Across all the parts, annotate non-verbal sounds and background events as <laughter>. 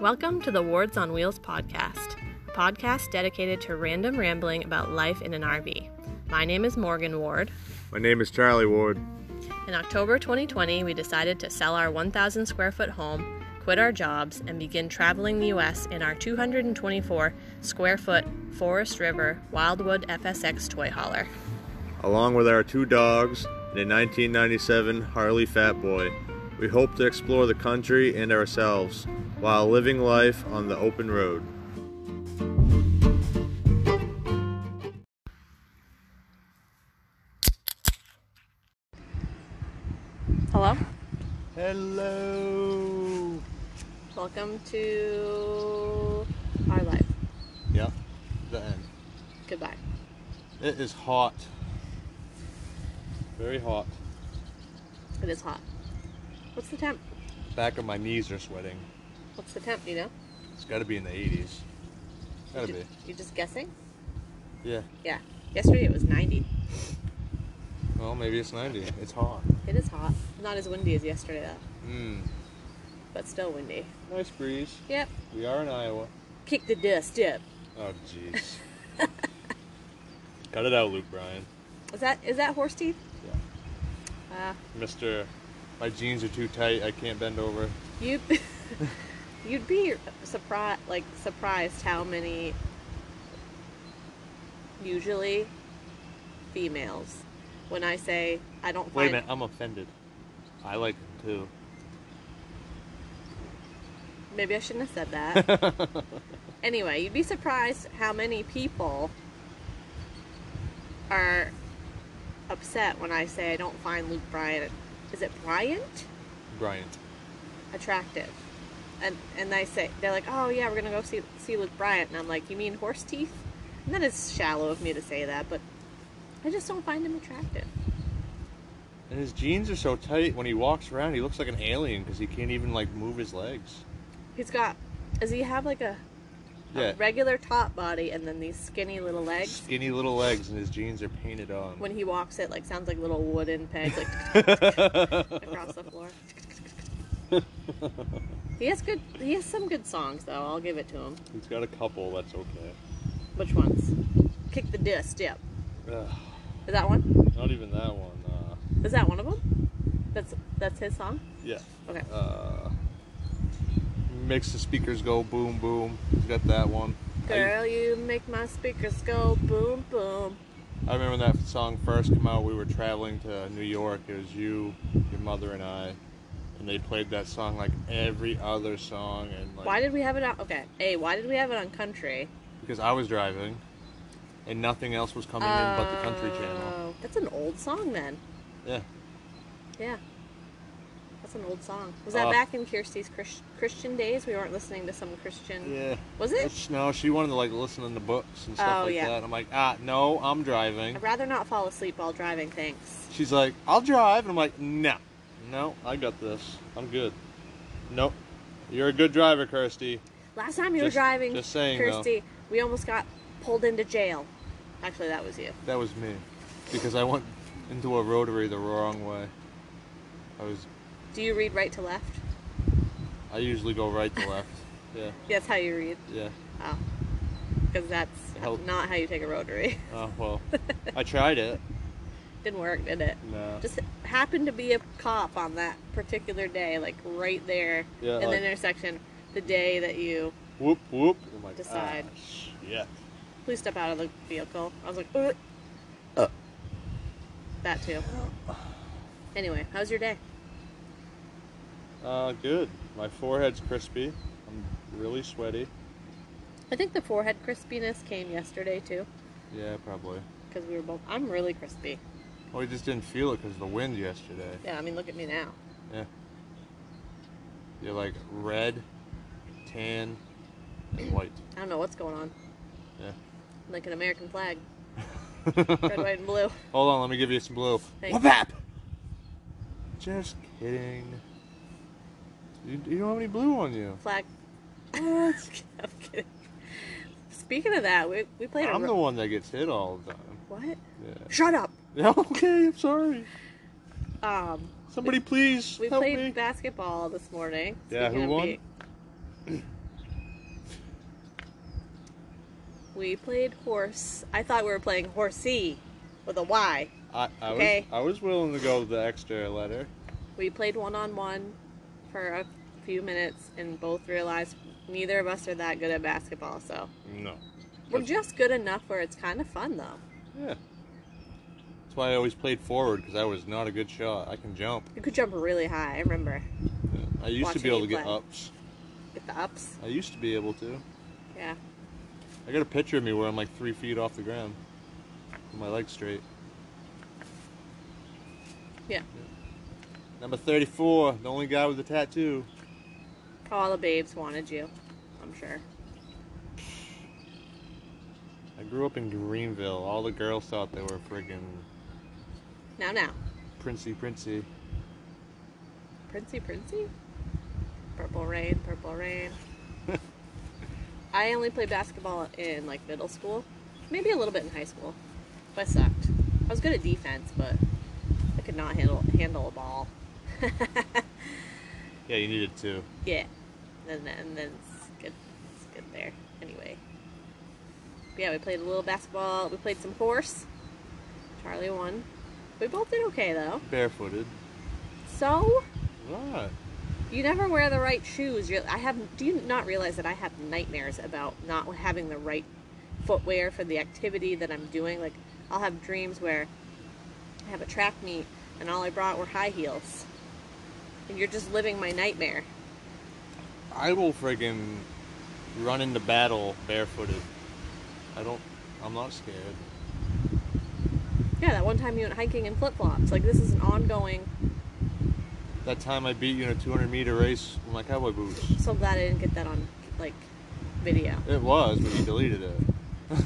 Welcome to the Wards on Wheels podcast, a podcast dedicated to random rambling about life in an RV. My name is Morgan Ward. My name is Charlie Ward. In October 2020, we decided to sell our 1,000 square foot home, quit our jobs, and begin traveling the U.S. in our 224 square foot Forest River Wildwood FSX toy hauler. Along with our two dogs and a 1997 Harley Fat Boy, we hope to explore the country and ourselves while living life on the open road. Hello? Hello. Welcome to our life. Yep, the end. Goodbye. It is hot. Very hot. It is hot. What's the temp? Back of my knees are sweating. What's the temp, you know? It's got to be in the 80s. Gotta be. You're just guessing? Yeah. Yeah. Yesterday it was 90. Well, maybe it's 90. It's hot. It is hot. Not as windy as yesterday, though, Mmm. but still windy. Nice breeze. Yep. We are in Iowa. Kick the dust up. Oh, jeez. Cut it out, Luke Bryan. Is that is that horse teeth? Yeah. Uh, Mr. My jeans are too tight. I can't bend over. you <laughs> you'd be surprised like surprised how many usually females when I say I don't Wait a find minute. I'm offended. I like them too. maybe I shouldn't have said <laughs> that. anyway, you'd be surprised how many people are upset when I say I don't find Luke Bryant. Is it Bryant Bryant. attractive? And and they say they're like, oh yeah, we're gonna go see see Luke Bryant, and I'm like, you mean horse teeth? And that is shallow of me to say that, but I just don't find him attractive. And his jeans are so tight. When he walks around, he looks like an alien because he can't even like move his legs. He's got does he have like a, a Yeah. regular top body and then these skinny little legs? Skinny little legs, and his jeans are painted on. <laughs> When he walks, it like sounds like little wooden pegs, like. <laughs> across the floor. he has good. He has some good songs though. I'll give it to him. He's got a couple. That's okay. Which ones? Kick the disc. Yep. Ugh, Is that one? not even that one. Uh, Is that one of them? That's that's his song. yeah. Okay. Uh, makes the speakers go boom boom. He's got that one. I- Girl, you make my speakers go boom boom. I remember when that song first came out. We were traveling to New York. It was you, your mother, and I, and they played that song like every other song. And like, Why did we have it on? Okay. A. Why did we have it on country? Because I was driving, and nothing else was coming in but the Country Channel. Oh, That's an old song then. Yeah, Yeah. That's an old song. Was that Uh, back in Kirsty's Chris- Christian days? We weren't listening to some Christian. yeah. Was it? It's- No, she wanted to like listen in the books and stuff Oh, like yeah. that. I'm like, ah, no, I'm driving. I'd rather not fall asleep while driving, thanks. She's like, I'll drive, and I'm like, no, no, I got this. I'm good. Nope, you're a good driver, Kirsty. Last time you were Just- driving, just saying, though. Kirsty, we almost got pulled into jail. Actually, that was you. That was me. Because I went into a rotary the wrong way. I was Do you read right to left? I usually go right to <laughs> left. Yeah, That's how you read. yeah. Oh. Because that's It helped. not how you take a rotary. <laughs> Oh well. I tried it. Didn't work, did it? No. <laughs> Just happened to be a cop on that particular day, like right there Yeah, in the like- intersection, the day that you. Whoop whoop. I'm like, Decide. "Ah, shit." Please step out of the vehicle. I was like, Ugh. Uh. That too. Anyway, how's your day? Uh good. My forehead's crispy. I'm really sweaty. I think the forehead crispiness came yesterday too, Yeah, probably. because we were both. I'm really crispy. Well, I just didn't feel it because of the wind yesterday. Yeah, I mean, look at me now. Yeah. You're like red, tan, and white. I don't know what's going on. Yeah. I'm like an American <laughs> flag, red, white, and blue. Hold on, let me give you some blue. Thanks. Wapap! Just kidding. You, you don't have any blue on you. Flag. <laughs> I'm kidding. Speaking of that, we, we played. I'm a the ro- one that gets hit all the time. What? Yeah. Shut up. Yeah. <laughs> Okay, I'm sorry. Um, Somebody please we help played me. basketball this morning. Yeah, speaking who of won? being- We played horse. I thought we were playing horsey with a Y. I, I, Okay. was, I was willing to go with the extra letter. We played one on one for a few minutes and both realized neither of us are that good at basketball. So No. we're just good enough where it's kind of fun though. Yeah. That's why I always played forward because I was not a good shot. I can jump. You could jump really high. I remember Yeah. I used to Watching be able to you get play. ups. with the ups. I used to be able to. Yeah. I got a picture of me where I'm like three feet off the ground, with my legs straight. Yeah. Number 34, the only guy with a tattoo. All the babes wanted you. I'm sure. I grew up in Greenville. All the girls thought they were friggin' Now, now. Princey Princey. Princey, Princey? Purple Rain, Purple Rain. I only played basketball in like middle school, maybe a little bit in high school, but I sucked. I was good at defense, but I could not handle handle a ball. <laughs> Yeah, you needed two. yeah, and then and then it's good, it's good there anyway. But yeah, we played a little basketball. We played some horse. Charlie won. We both did okay though. Barefooted. So What? You never wear the right shoes. You're, I have. Do you not realize that I have nightmares about not having the right footwear for the activity that I'm doing? Like, I'll have dreams where I have a track meet and all I brought were high heels, and you're just living my nightmare. I will friggin' run into battle barefooted. I don't. I'm not scared. Yeah, that one time you went hiking in flip flops. Like, this is an ongoing. That time I beat you in a 200 meter race with my cowboy boots. So glad I didn't get that on like video. It was, but you deleted it. <laughs>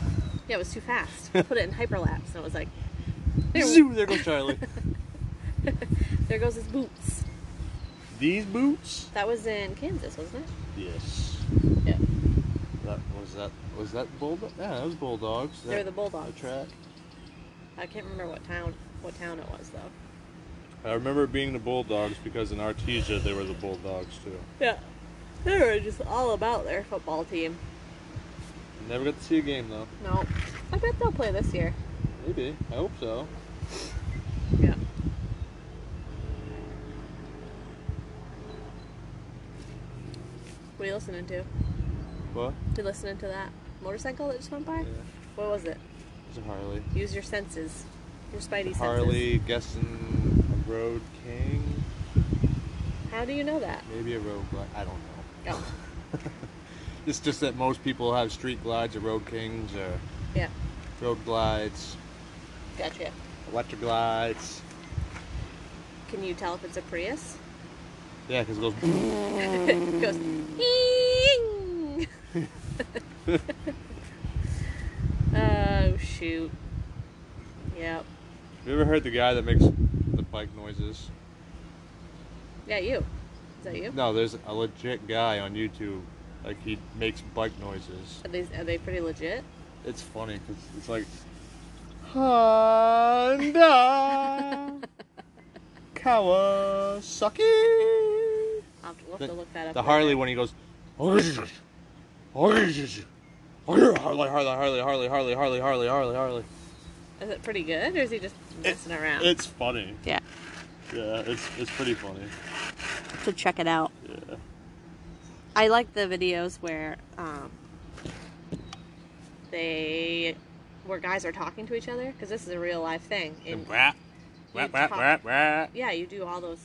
Yeah, it was too fast. I put it in hyperlapse, and it was like, there, Zoo, there goes Charlie. <laughs> there goes his boots. These boots? That was in Kansas, wasn't Yes. it? Yeah. That was that. Was that bulldog? Yeah, that was bulldogs. They were That- the Bulldogs. The track. I can't remember what town what town it was though. I remember it being the bulldogs because in Artesia they were the bulldogs too. Yeah. They were just all about their football team. Never got to see a game though. No. I bet they'll play this year. Maybe. I hope so. Yeah. What are you listening to? What? You listening to that motorcycle that just went by? Yeah. What was it? It's a Harley. Use your senses. Your spidey senses. Harley guessing a road king, How do you know that? maybe a road glide. I don't know. Oh. <laughs> It's just that most people have street glides or road kings or Yeah. road glides, Gotcha. electric glides. Can you tell if it's a Prius? Yeah, because it goes. <laughs> it goes "Eeeeing." <laughs> oh shoot yep Have you ever heard the guy that makes the bike noises? yeah you is that you No, there's a legit guy on YouTube. Like he makes bike noises. are they are they pretty legit It's funny because it's like Uh, <laughs> Honda, Kawasaki. I'll have to, we'll have The- to look that up The later. Harley when he goes, Harley, Harley, Harley, Harley, Harley, Harley, Harley, Harley, Harley, Harley. is it pretty good or is he just messing around It's funny. yeah Yeah, it's it's pretty funny. so check it out Yeah. I like the videos where um, they where guys are talking to each other because this is a real life thing and Wah, wah, wah, wah, wah. yeah you do all those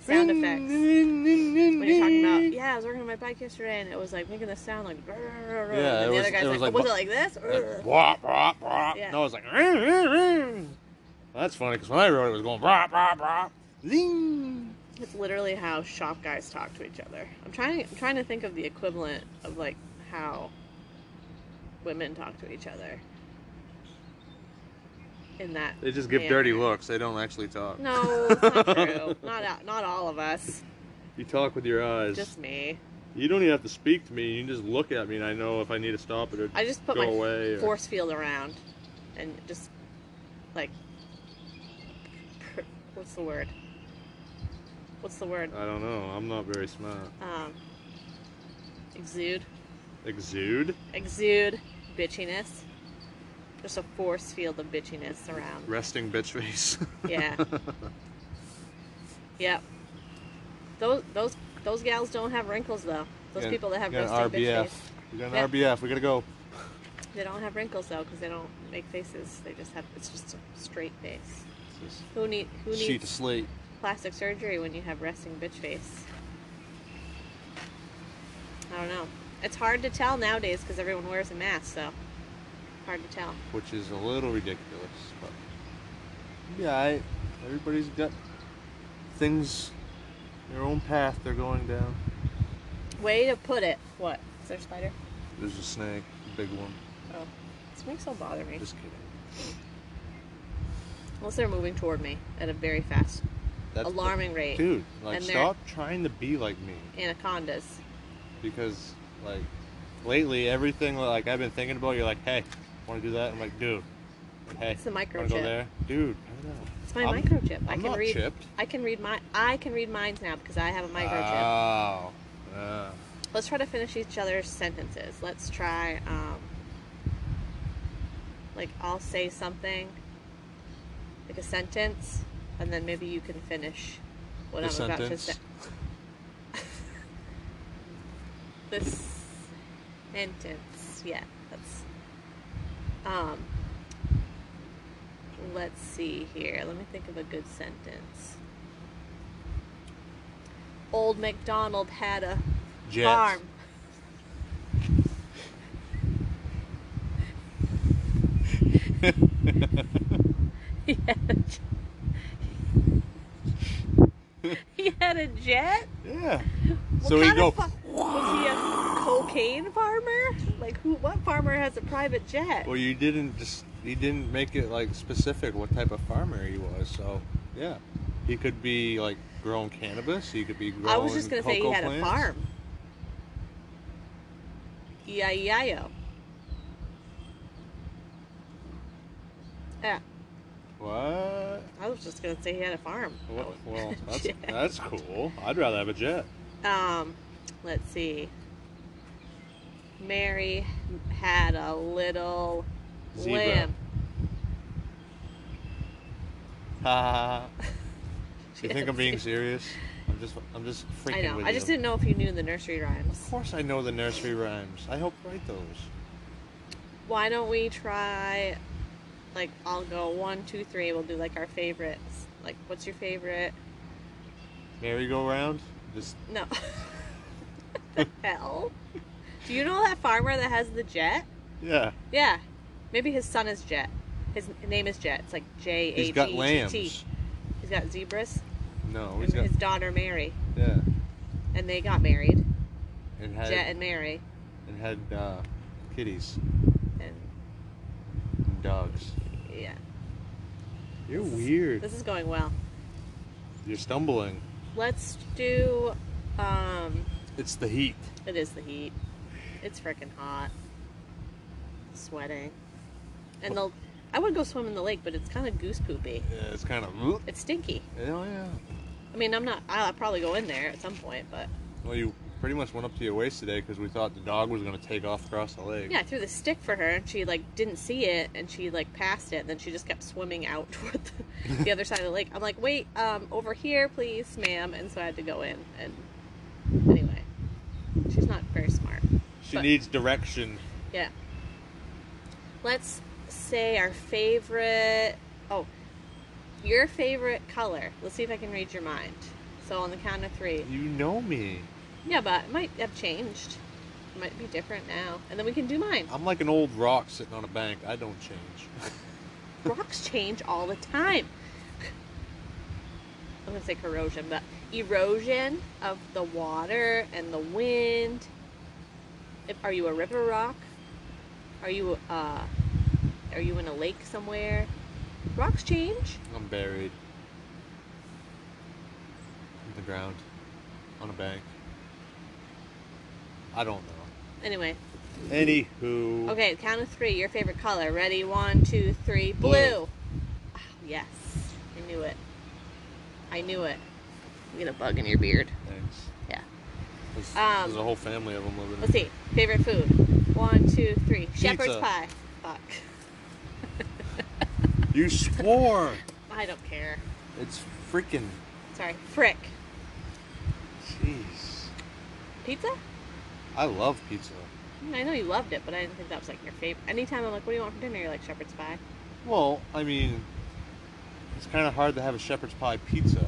sound effects What are you talking about? Yeah, I was working on my bike yesterday, and it was like making this sound like. Yeah, Yeah, and it the was- other guy's it like, was was, like was it like Uh, bu- this? Like, Urgh." <laughs> wah, wah, wah. Yeah. No, it's like. "Rah, rah, rah." <laughs> That's funny because when I wrote it, it was going. Wah, wah, wah. Zing. It's literally how shop guys talk to each other. I'm trying. I'm trying to think of the equivalent of like how women talk to each other. In that. They just give manner. dirty looks. They don't actually talk. <laughs> No, it's not true. Not a- not all of us. You talk with your eyes. Just me. You don't even have to speak to me. You can just look at me, and I know if I need to stop it or I just put go my away. or- force field around, and just like. pr- What's the word? What's the word? I don't know. I'm not very smart. um, exude, Exude. exude bitchiness. Just a force field of bitchiness around. Resting bitch face. <laughs> Yeah. <laughs> yep. Those those those gals don't have wrinkles though. Those people that have got resting an bitch RBF. face, We got an Yeah. RBF. We gotta go. they don't have wrinkles though because they don't make faces. They just have it's just a straight face. It's Who need who just sheet needs of slate. plastic surgery when you have resting bitch face. I don't know. It's hard to tell nowadays because everyone wears a mask, so hard to tell. which is a little ridiculous. But yeah, I, everybody's got things, their own path they're going down. Way to put it. What? Is there a spider? There's a snake, a big one. Oh, snakes don't bother me Just kidding. unless they're moving toward me at a very fast, That's the- alarming rate. dude, like And they're- stop trying to be like me Anacondas. because like lately everything like I've been thinking about, you're like, hey, want to do that? I'm like, dude, hey, It's the wanna go microchip. there, dude. I don't know. It's my I'm- microchip. I I'm can not read. chipped. I can read my. I can read mines now because I have a microchip. Ah. Wow. Yeah. Let's try to finish each other's sentences. Let's try, um, like, I'll say something, like a sentence, and then maybe you can finish what The I'm about to sentence. say. <laughs> This sentence, yeah, that's. Um, let's see here. Let me think of a good sentence. Old MacDonald had a Jets. farm. He had a j- <laughs> he had a jet? yeah. What so we kind go. of fa- was he a cocaine farmer? Like who? What farmer has a private jet? Well, you didn't just you didn't make it like specific what type of farmer he was. So yeah, he could be like growing cannabis. He could be growing. I was just gonna say he cocoa had a plants. farm. E E-I-E-I-O. Yeah, What? I was just gonna say he had a farm. Well, <laughs> well that's Yeah. that's cool. I'd rather have a jet. Um, let's see. Mary had a little Zebra. lamb. Ha. <laughs> She you think had I'm being a- serious? I'm just I'm just freaking I know. with I you. just didn't know if you knew the nursery Of rhymes. course, I know the nursery rhymes. I helped write those. Why don't we try? Like, I'll go one, two, three. We'll do like our favorites. Like, what's your favorite? Merry-go-round. Just No. <laughs> <laughs> the hell? Do you know that farmer that has the jet? yeah. Yeah. Maybe his son is Jet. His name is Jet. It's like J A He's T got T lambs. T. He's got zebras. No, and he's got his daughter Mary, yeah. and they got married. And had Jet and Mary, and had uh, kitties. and Dogs. yeah, You're This is- weird. this is going well. You're stumbling. Let's do. Um, It's the heat. it is the heat. It's freaking hot. Sweating, and the I would go swim in the lake, but it's kind of goose poopy. Yeah, it's kind of. Oh It's stinky. yeah. I mean, I'm not. I'll probably go in there at some point, but Well, you pretty much went up to your waist today because we thought the dog was gonna take off across the lake. yeah, I threw the stick for her, and she like didn't see it, and she like passed it, and then she just kept swimming out <laughs> toward the, the other side of the lake. I'm like, wait, um, over here, please, ma'am. And so I had to go in, and anyway, she's not very smart. She but- needs direction. Yeah. Let's say our favorite. Oh, your favorite color. Let's see if I can read your mind. So on the count of three. You know me. Yeah, but it might have changed. It might be different now, and then we can do mine. I'm like an old rock sitting on a bank. I don't change. <laughs> rocks change all the time. I'm gonna say corrosion, but erosion of the water and the wind. If, are you a river rock? Are you uh, are you in a lake somewhere? Rocks change. I'm buried. In the ground. On a bank. I don't know. Anyway, Anywho. okay, count of three. Your favorite color. Ready? One, two, three. Blue. Blue. Ah, yes, I knew it. I knew it. You get a bug in your beard. Thanks. Yeah. There's, Um, there's a whole family of them living. Let's see. Favorite food. One, two, three. Shepherd's Pizza. pie. Fuck. You swore. I don't care. It's freaking. Sorry. Frick. Jeez. Pizza? Mm, I love pizza. I know you loved it, but I didn't think that was like your favorite. Anytime I'm like, what do you want for dinner? You're like, shepherd's pie. Well, I mean, it's kind of hard to have a shepherd's pie pizza.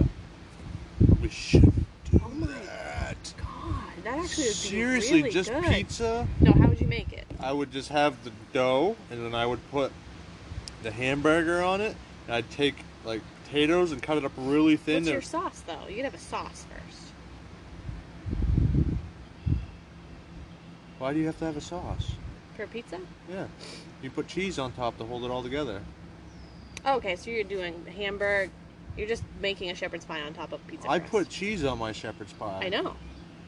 We shouldn't do that. God, Oh that actually would be Seriously, really just good. pizza. No, how would you make it? I would just have the dough, and then I would put the hamburger on it. And I'd take like potatoes and cut it up really thin. What's and- your sauce though? You could have a sauce first. Why do you have to have a sauce? For pizza? Yeah, you put cheese on top to hold it all together. Oh, okay, so you're doing hamburg. You're just making a shepherd's pie on top of pizza. I crust. put cheese on my shepherd's pie. I know.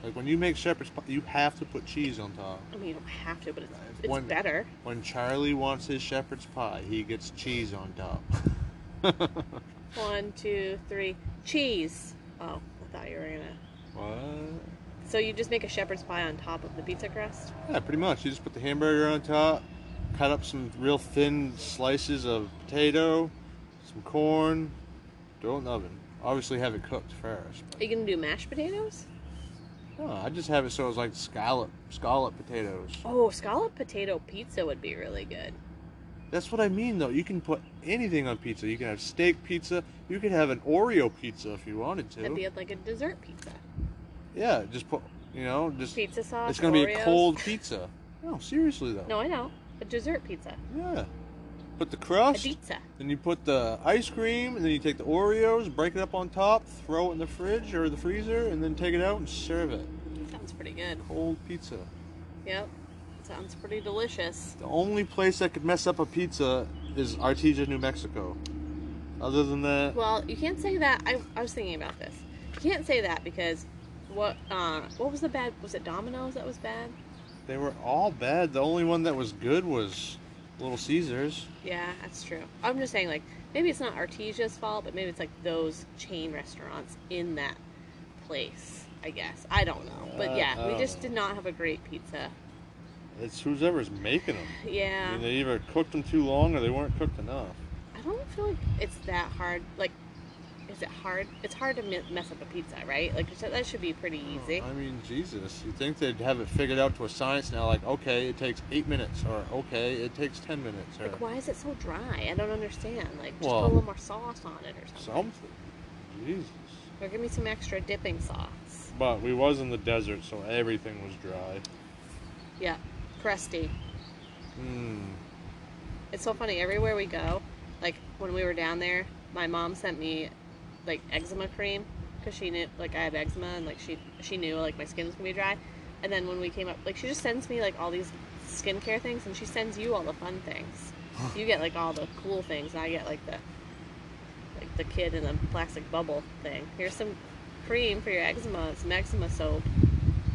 Like when you make shepherd's pie, you have to put cheese on top. I mean, you don't have to, but it's, I've it's won- better. When Charlie wants his shepherd's pie, he gets cheese on top. One, two, three. Cheese. Oh, I thought you were gonna. <laughs> what? So you just make a shepherd's pie on top of the pizza crust? Yeah, pretty much. You just put the hamburger on top, cut up some real thin slices of potato, some corn, throw it in the oven. Obviously, have it cooked first. Are you gonna do mashed potatoes? No, I just have it so it's like scallop, scallop potatoes. Oh, scallop potato pizza would be really good. That's what I mean, though. You can put anything on pizza. You can have steak pizza. You could have an Oreo pizza if you wanted to. That'd be like a dessert pizza. yeah, just put, you know, just. Pizza sauce. It's gonna be a Oreos. <laughs> cold pizza. No, seriously though. No, I know. A dessert pizza. Yeah. Put the A crust, pizza. then you put the ice cream, and then you take the Oreos, break it up on top, throw it in the fridge or the freezer, and then take it out and serve it. Sounds pretty good. Cold pizza. Yep. Sounds pretty delicious. The only place that could mess up a pizza is Artesia, New Mexico. Other than that, Well, you can't say that. I, I was thinking about this. You can't say that because what uh, what was the bad? Was it Domino's that was bad? they were all bad. The only one that was good was Little Caesars. Yeah, that's true. I'm just saying, like, maybe it's not Artesia's fault, but maybe it's like those chain restaurants in that place. I guess I don't know, Uh, but yeah, I we don't just know. did not have a great pizza. It's whoever's making them. I Yeah, mean, they either cooked them too long or they weren't cooked enough. I don't feel like it's that hard. Like, is it hard? It's hard to mi- mess up a pizza, right? Like so that should be pretty Oh, easy. I mean, Jesus, you think they'd have it figured out to a science now? Like, okay, it takes eight minutes, or okay, it takes ten minutes, or Like, why is it so dry? I don't understand. Like, just Well- put a little more sauce on it or something. something. Jesus. Or give me some extra dipping sauce. But we was in the desert, so everything was dry. Yeah, crusty. Mm. It's so funny. Everywhere we go, like when we were down there, my mom sent me like eczema cream because she knew like I have eczema and like she she knew like my skin was gonna be dry. And then when we came up, like she just sends me like all these skincare things, and she sends you all the fun things. you get like all the cool things, and I get like the like the kid in the plastic bubble thing. Here's some cream for your eczema. Some eczema soap.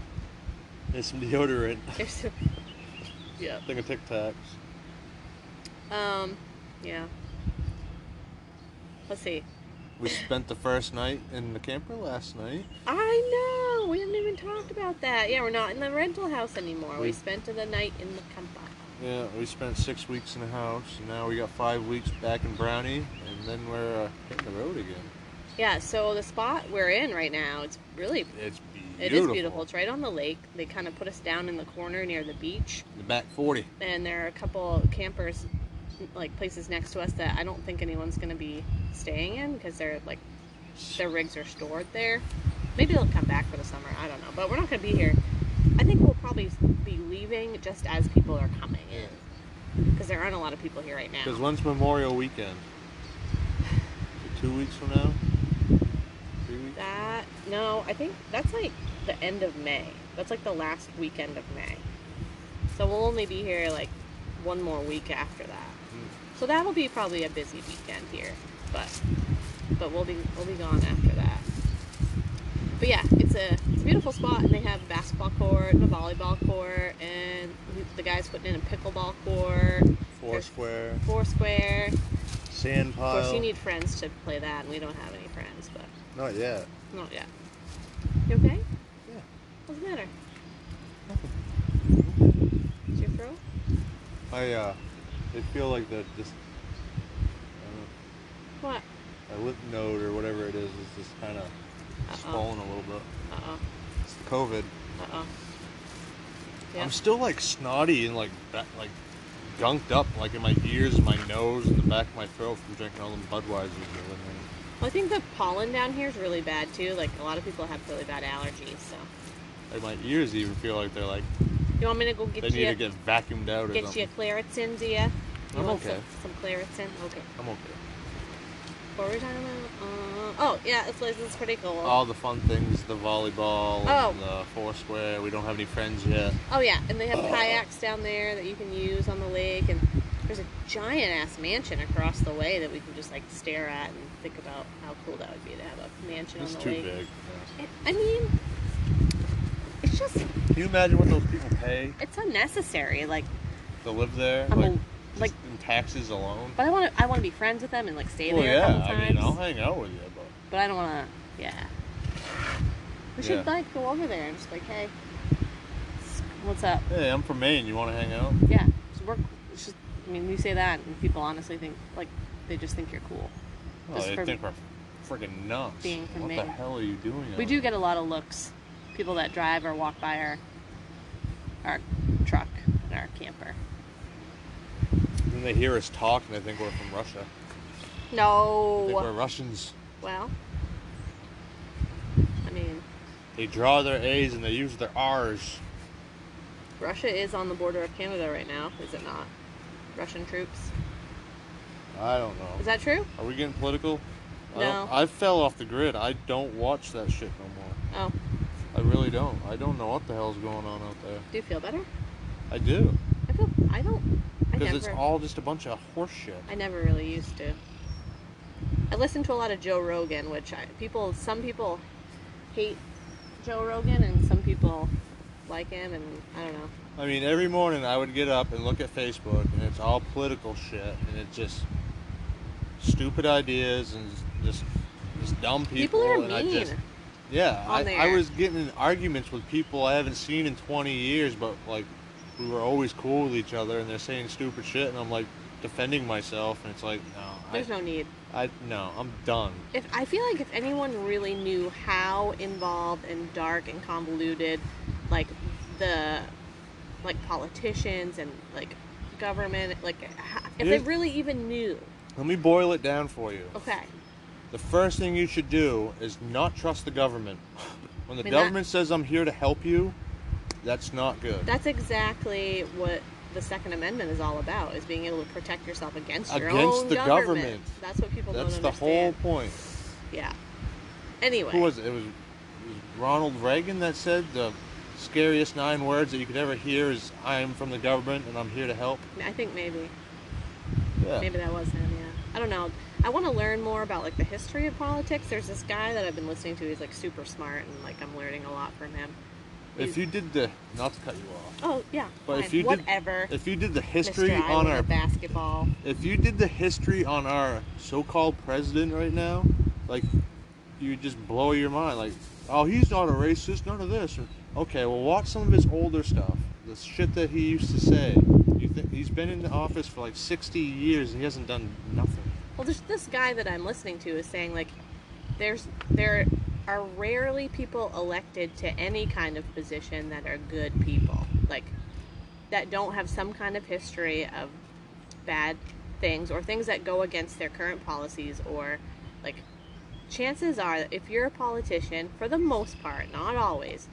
<laughs> It's some deodorant. <laughs> Here's some. yeah. Think of Tic Tacs. Um. Yeah. Let's see. We spent the first night in the camper last night. I know. We haven't even talked about that. Yeah, we're not in the rental house anymore. We We- spent the night in the campa. Yeah, we spent six weeks in the house, and now we got five weeks back in Brownie, and then we're uh, hitting the road again. Yeah, so the spot we're in right now, it's really It's beautiful. it is beautiful. It's right on the lake. They kind of put us down in the corner near the beach, The back 40. and there are a couple campers like places next to us that I don't think anyone's going to be staying in because they're like their rigs are stored there. Maybe they'll come back for the summer. I don't know, but we're not going to be here. I think we'll probably be leaving just as people are coming in, because there aren't a lot of people here right Because now. when's Memorial Weekend? Two weeks from now? Three weeks? That no, I think that's like the end of May. That's like the last weekend of May. So we'll only be here like one more week after that. Mm, So that'll be probably a busy weekend here, but but we'll be we'll be gone after that. But yeah, it's a it's a beautiful spot, and they have a basketball court and a volleyball court, and the guys putting in a pickleball court, Four square, four square. sand Of course, you pile. need friends to play that, and we don't have any friends, but Not yet. not yet. You okay? Yeah. What's the matter? Nothing. Is your April? I uh, they feel like the this What? a lip node or whatever it is is just kind of swollen a little bit. Uh oh. It's the COVID. Uh oh. Yeah. I'm still like snotty and like ba- like gunked up, like in my ears, my nose, and the back of my throat from drinking all them Budweisers. and Well, I think the pollen down here is really bad too. Like a lot of people have really bad allergies. So everything. Like my ears even feel like they're like you want me to go get they you need a, to get vacuumed out or get you a something. Claritin, do ya? You I'm want okay. Some, some Claritin. Okay. I'm okay. What were we talking about? Uh, oh yeah, it's like it's pretty cool. All the fun things, the volleyball, Oh. and the foursquare. We don't have any friends yet. Oh yeah, and they have kayaks down there that you can use on the lake, and there's a giant ass mansion across the way that we can just like stare at and think about how cool that would be to have a mansion It's on the too lake. big. It, I mean, it's just Can you imagine what those people pay it's unnecessary. Like to live there? I'm like, a, like, just in taxes alone. but I want to I want to be friends with them and like stay well, there a yeah. couple I times. mean, I'll hang out with you, but. but I don't want to. Yeah. We should Yeah. like go over there and just like, hey, s- what's up? Hey, I'm from Maine. You want to hang out? Yeah, so we're. It's just, I mean, you say that, and people honestly think like they just think you're cool. Oh, Just they for think we're freaking nuts. being from what Maine. the hell are you doing? We out do there? get a lot of looks. People that drive or walk by our our truck and our camper. Then they hear us talk and they think we're from Russia. They think we're No. Russians. Well, I mean, They draw their A's and they use their R's. Russia is on the border of Canada right now, is it not? Russian troops. I don't know. Is that true? Are we getting political? I, don't- No. I fell off the grid. I don't watch that shit no more. Oh, I really don't. I don't know what the hell's going on out there. do you feel better? I do. I feel. I don't. I Because never. it's all just a bunch of horse shit. I never really used to. I listen to a lot of Joe Rogan, which I, people, some people hate Joe Rogan, and some people like him, and I don't know. I mean, every morning I would get up and look at Facebook, and it's all political shit, and it's just stupid ideas and just just dumb people. People, are and I mean. just, yeah, on I, I there. was getting in arguments with people I haven't seen in 20 years, but like we were always cool with each other, and they're saying stupid shit, and I'm like defending myself, and it's like no, I, There's no need. I no, I'm done. If I feel like if anyone really knew how involved and dark and convoluted, like the like politicians and like government, like h- if they Here's- really even knew. Let me boil it down for you. Okay. The first thing you should do is not trust the government. When the I mean, that- government says I'm here to help you, that's not good. That's exactly what the Second Amendment is all about: is being able to protect yourself against your Against own the government. government. That's what people that's don't the whole understand. point. Yeah. Anyway, Who was it? It was, it was Ronald Reagan that said the scariest nine words that you could ever hear is "I'm from the government and I'm here to help." I think maybe Yeah. maybe that was him. Yeah. I don't know. I want to learn more about like the history of politics. There's this guy that I've been listening to. He's like super smart, and like I'm learning a lot from him. If you did the not to cut you off, Oh yeah. but fine. if you whatever. did if you did the Mr. history I on want our a basketball. if you did the history on our so-called president right now, like you would just blow your mind. Like, oh, he's not a racist, none of this. Or, okay, well, watch some of his older stuff. The shit that he used to say. You think he's been in the office for like 60 years and he hasn't done nothing. Well, just this guy that I'm listening to is saying like, there's there are rarely people elected to any kind of position that are good people, like that don't have some kind of history of bad things or things that go against their current policies or like chances are that if you're a politician for the most part not always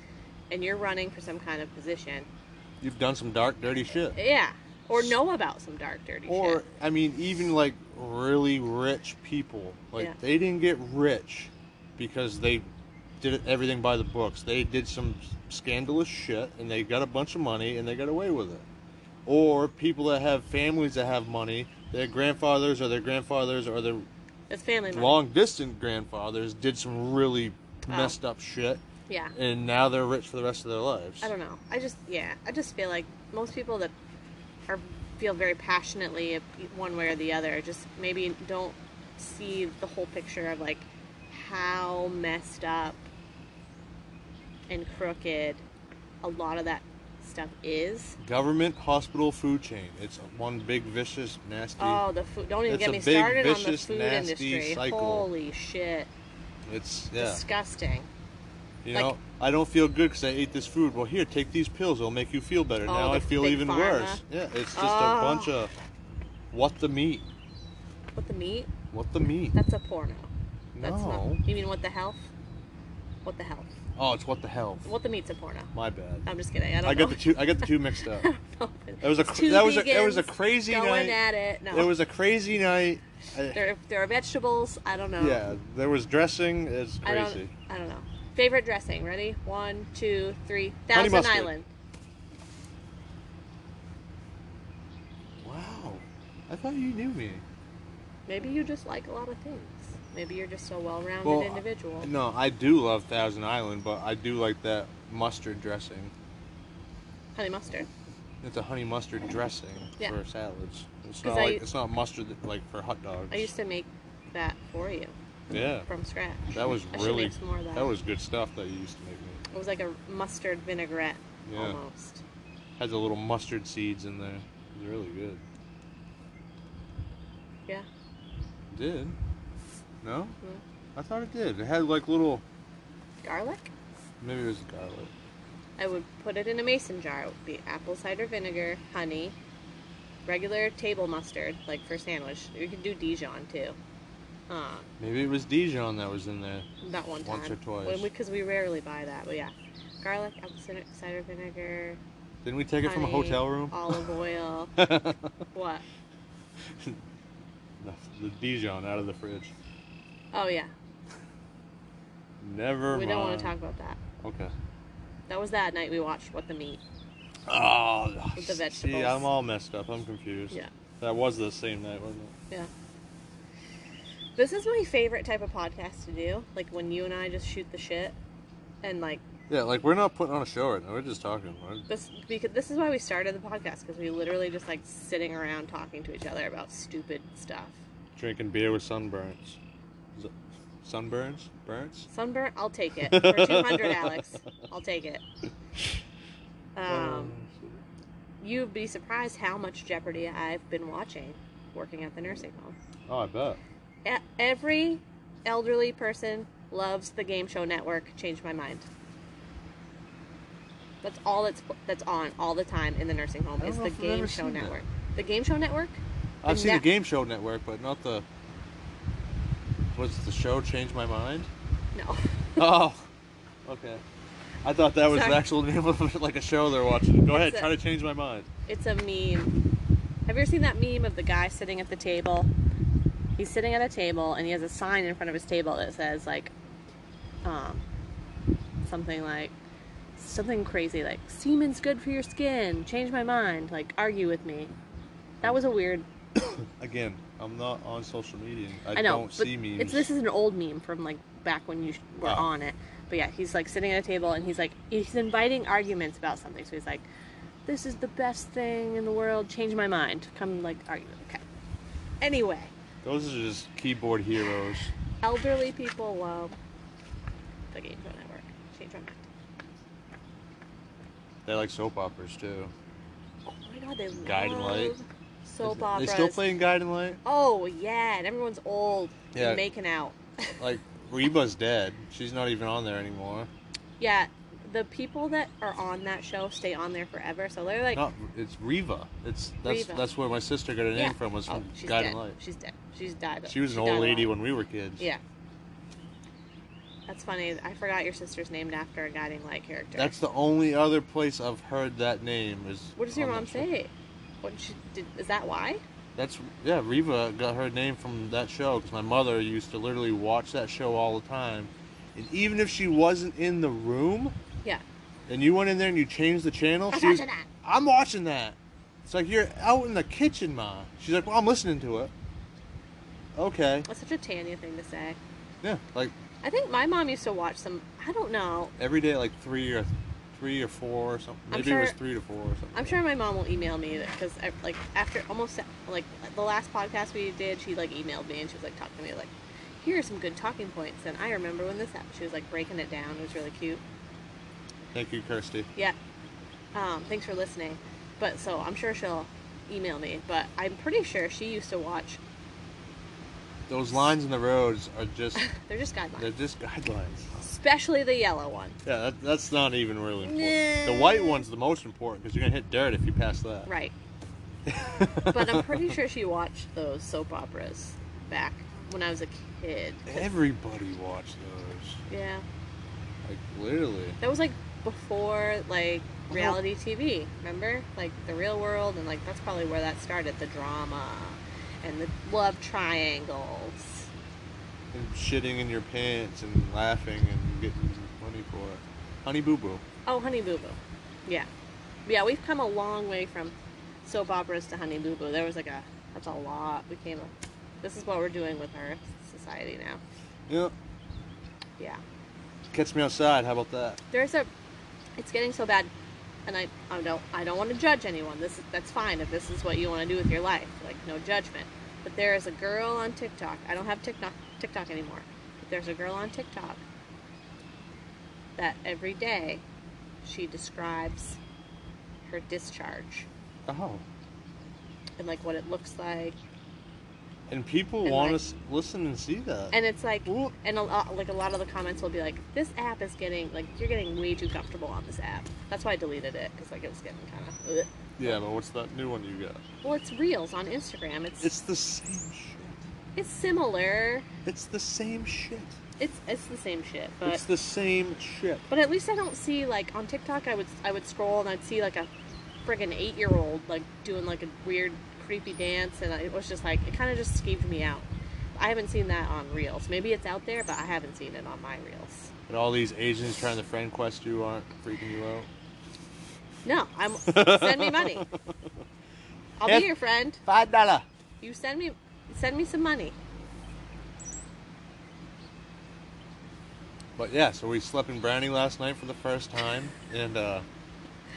and you're running for some kind of position You've done some dark, dirty shit. yeah or know about some dark dirty Or shit I mean, even like really rich people, like Yeah. they didn't get rich because they did everything by the books. They did some scandalous shit, and they got a bunch of money, and they got away with it. Or people that have families that have money, their grandfathers or their grandfathers or their it's family money. long distance grandfathers did some really Oh. messed up shit, yeah and now they're rich for the rest of their lives. I don't know. I just yeah. I just feel like most people that are feel very passionately of one way or the other just maybe don't see the whole picture of like how messed up and crooked a lot of that stuff is? Government hospital food chain. It's one big vicious nasty. Oh, the food. Don't even It's get a me big, started on the vicious, food nasty industry. cycle. Holy shit. it's yeah. Disgusting. You like- know, I don't feel good because I ate this food. Well, here, take these pills. It'll make you feel better. Oh, now the I feel big even pharma. worse. Yeah, it's just Oh. a bunch of what the meat. What the meat? What the meat? That's a porno. That's no. not. You mean what the health? What the health? Oh, it's what the hell. What the meat's a porno. My bad. I'm just kidding. I don't I know. got <laughs> the two. I got the two mixed up. I don't know. That was a It's cr- two that was a- that vegans was a crazy going night. at it. No, It was a crazy night. I- there, there are vegetables. I don't know. yeah, there was dressing. It's I don't. crazy. I don't know. Favorite dressing. Ready? One, two, three. Honey Thousand mustard. Island. Wow, I thought you knew me. Maybe you just like a lot of things. Maybe you're just a well-rounded Well, individual. No, I do love Thousand Island, but I do like that mustard dressing. Honey mustard. It's a honey mustard dressing Yeah. for salads. It's 'Cause not I- like it's not mustard that, like for hot dogs. I used to make that for you yeah, from scratch. that was I should really make some more of that. was good stuff that you used to make me. It was like a mustard vinaigrette Yeah. Oh, almost. Had the little mustard seeds in there. It was really good. Yeah. It did? No? Mm. I thought it did. It had like little Garlic. maybe it was garlic. I would put it in a mason jar. It would be apple cider vinegar, honey, regular table mustard, like for sandwich. You can do Dijon too. Uh, Maybe it was Dijon that was in there. that one time. Once or twice. Because we, rarely buy that, but yeah. Garlic, apple cider- cider vinegar, Didn't we take it from a honey, hotel room? olive <laughs> oil. <laughs> what? the Dijon out of the fridge. Oh, yeah. Never we mind. don't want to talk about that. Okay. That was that night we watched What the Meat. Oh, With the See, vegetables. I'm all messed up. I'm confused. Yeah. That was the same night, wasn't it? Yeah. This is my favorite type of podcast to do. Like when you and I just shoot the shit and like Yeah, like we're not putting on a show right now. We're just talking. We're- This because this is why we started the podcast because we literally just like sitting around talking to each other about stupid stuff. drinking beer with sunburns. Is it sunburns? Burns? Sunburn, I'll take it <laughs> for two hundred, Alex. I'll take it. Um, you'd be surprised how much Jeopardy I've been watching, working at the nursing home. oh, I bet. E- Every elderly person loves the game show network. Changed my mind. That's all that's that's on all the time in the nursing home I don't is know the if I've ever game show seen that. network. The game show network. I've seen net- the game show network, but not the. What's the show? Change my mind. No. <laughs> <laughs> Oh, okay. I thought that was Sorry. the actual name of like a show they're watching. Go ahead, It's a- try to change my mind. It's a meme. Have you ever seen that meme of the guy sitting at the table? He's sitting at a table and he has a sign in front of his table that says like, um, something like, something crazy like "Semen's good for your skin." Change my mind. Like argue with me. That was a weird. Again, I'm not on social media. I, I, know. don't but see memes. It's this is an old meme from like back when you sh- were Oh. on it. But yeah, he's like sitting at a table and he's like he's inviting arguments about something. So he's like, "This is the best thing in the world. Change my mind. Come like argue." Okay. Anyway, Those are just keyboard heroes. elderly people love the Game Show Network. Change my mind. They like soap operas too. Oh my god, they Guiding love Light. soap Is it- They still operas. playing Guiding Light? Oh yeah, and everyone's old Yeah. and making out. Like Reba's dead. She's not even on there anymore. <laughs> yeah, the people that are on that show stay on there forever. So they're like, Not it's Reva. It's that's Reva. that's where my sister got her name yeah. from was oh, from she's Guiding dead. Light. She's dead. She's died. but She was an died old lady alive. when we were kids. Yeah. That's funny. I forgot your sister's named after a Guiding Light character. That's the only other place I've heard that name is. what does your on mom that show. say? What did she did? Is that why? That's yeah. Reva got her name from that show because my mother used to literally watch that show all the time, and even if she wasn't in the room, Yeah. and you went in there and you changed the channel, I'm she was, watching that. I'm watching that. It's like you're out in the kitchen, ma. She's like, well, I'm listening to it. Okay. That's such a Tanya thing to say. Yeah. Like I think my mom used to watch some. I don't know. every day, like three or three or four or something. I'm Maybe it was sure- three to four or something. I'm sure my mom will email me because like after almost like the last podcast we did, she like emailed me and she was like talking to me like, here are some good talking points and I remember when this happened. She was like breaking it down. It was really cute. Thank you, Kirsty. Yeah. Um, thanks for listening. But so I'm sure she'll email me. But I'm pretty sure she used to watch. <laughs> Those lines in the roads are just They're just guidelines, they're just guidelines. especially the yellow one. Yeah, that, that's not even really important. The Nah. white one's the most important because you're gonna hit dirt if you pass that. Right. <laughs> But I'm pretty sure she watched those soap operas back when I was a kid. Everybody watched those. Yeah. Like literally. That was like before like reality TV. Remember, like the Real World, and like that's probably where that started—the drama and the love triangles. And shitting in your pants and laughing and getting money for it. Honey Boo Boo. Oh, Honey Boo Boo. Yeah, yeah. We've come a long way from soap operas to Honey Boo Boo. There was like a that's a lot. We came. A, this is what we're doing with our society now. Yeah. Yeah. Catch me outside. How about that? there's a it's getting so bad and I, I don't I don't want to judge anyone. This is that's fine if this is what you want to do with your life, like no judgment. But there is a girl on TikTok. I don't have TikTok TikTok anymore. But there's a girl on TikTok that every day she describes her discharge Oh. and like what it looks like. And people And, want like- to listen and see that. And it's like Ooh. and a lot like a lot of the comments will be like this app is getting like you're getting way too comfortable on this app. That's why I deleted it cuz like it was getting kind of yeah, but what's that new one you got? Well, it's reels on Instagram. It's it's, It's the same shit. similar. It's the same shit. It's it's the same shit, but it's the same shit. but at least I don't see like on TikTok. I would I would scroll and I'd see like a friggin' eight year old like doing like a weird creepy dance, and I, it was just like it kind of just skeeved me out. I haven't seen that on reels. Maybe it's out there, but I haven't seen it on my reels. And all these Asians trying to friend quest you aren't freaking you out. No, I'm send me <laughs> money. I'll If- be your friend. Five dollar. You send me send me some money. But yeah, so we slept in Brownie last night for the first time, and uh, That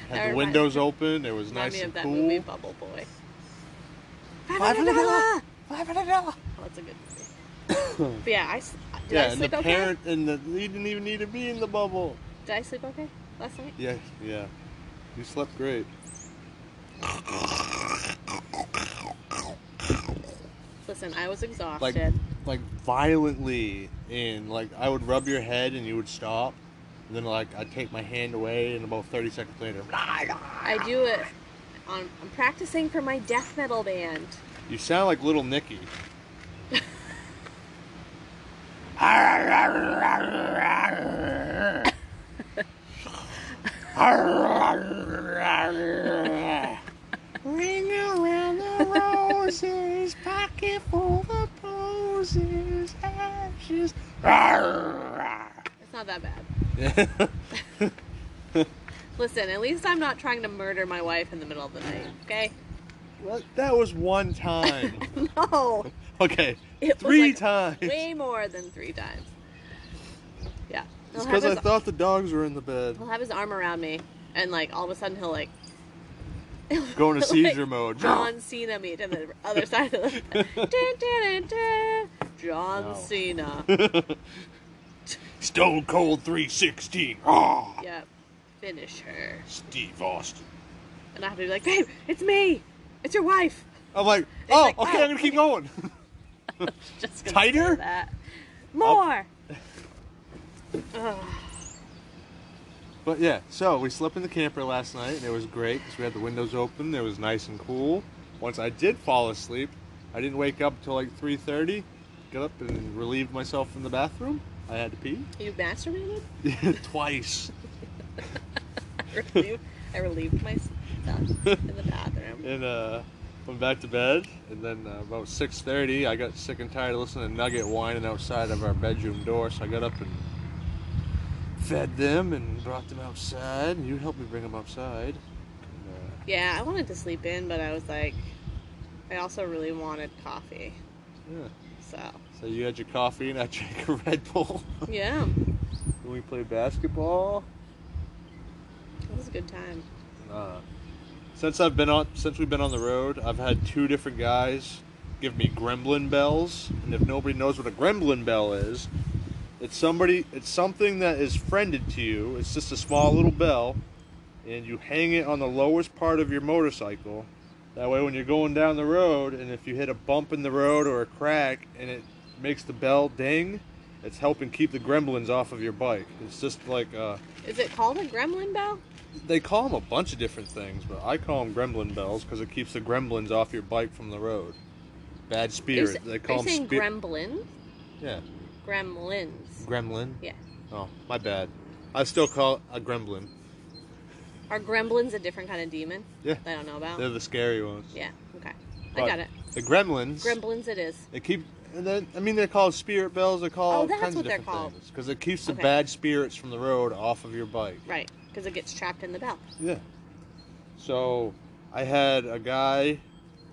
had the remind- windows open. It was Remind nice me and of that cool. movie Bubble Boy. Five hundred dollar. $500! Five hundred dollar. Oh, that's a good movie. <coughs> but yeah, I s- did I Yeah, and the sleep okay? parent and the he didn't even need to be in the bubble. Did I sleep okay last night? Yeah, yeah. You slept great. Listen, I was exhausted. Like, like violently, and like I would rub your head and you would stop. And then like I'd take my hand away, and about thirty seconds later, I do it. On, I'm practicing for my death metal band. you sound like little Nicky. Ring around the roses, pocket full of posies, ashes. It's not that bad. yeah, Listen, at least I'm not trying to murder my wife in the middle of the night, okay? <laughs> well, that was one time. No, <laughs> Okay, It was three like times. way more than three times. Yeah. It's He'll have because I his- thought the dogs were in the bed, he'll have his arm around me, and like all of a sudden he'll like going <laughs> to like, seizure mode. John Cena me to the other side of <laughs> the dun, dun, dun, dun. <laughs> John No. <laughs> Cena. <laughs> Stone Cold 316. Ah, Yep. Finish her. Steve Austin. And I have to be like, babe, it's me. It's your wife. <laughs> I'm like, oh, like, okay, oh, I'm gonna keep going. <laughs> Just gonna Tighter? say That. More. Ugh. but yeah, so we slept in the camper last night, and it was great because we had the windows open. It was nice and cool. Once I did fall asleep, I didn't wake up till like 3:30. Got up and relieved myself in the bathroom. I had to <laughs> pee You masturbated? twice. Relieved- <laughs> I relieved myself in the bathroom. and uh, went back to bed. And then uh, about 6:30, I got sick and tired of listening to Nugget whining outside of our bedroom door. So I got up and fed them and brought them outside. You helped me bring them outside. And, uh, Yeah, I wanted to sleep in, but I was like, I also really wanted coffee. uh, yeah. So, So you had your coffee and I <laughs> drank a Red Bull. yeah, and we played basketball. it was a good time. Uh, since I've been on, since we've been on the road, I've had two different guys give me gremlin bells, and if nobody knows what a gremlin bell is, it's somebody, it's something that is friended to you. It's just a small little bell, and you hang it on the lowest part of your motorcycle. That way, when you're going down the road, and if you hit a bump in the road or a crack and it makes the bell ding, it's helping keep the gremlins off of your bike. It's just like uh, Is it called a gremlin bell? they call them a bunch of different things, but I call them gremlin bells because it keeps the gremlins off your bike from the road. Bad Are you, spirit. s- They are call you them saying spi- gremlin? yeah, Gremlins. gremlin. Yeah. Oh, my bad. I still call it a gremlin. Are gremlins a different kind of demon? Yeah. that I don't know about. They're the scary ones. yeah. Okay. I But got it. The gremlins. Gremlins. It is. They keep. And then, I mean, they're called spirit bells. They're called Oh, all that's kinds what of they're different called. things because it keeps the Okay. bad spirits from the road off of your bike. Right. Because it gets trapped in the bell. Yeah. So I had a guy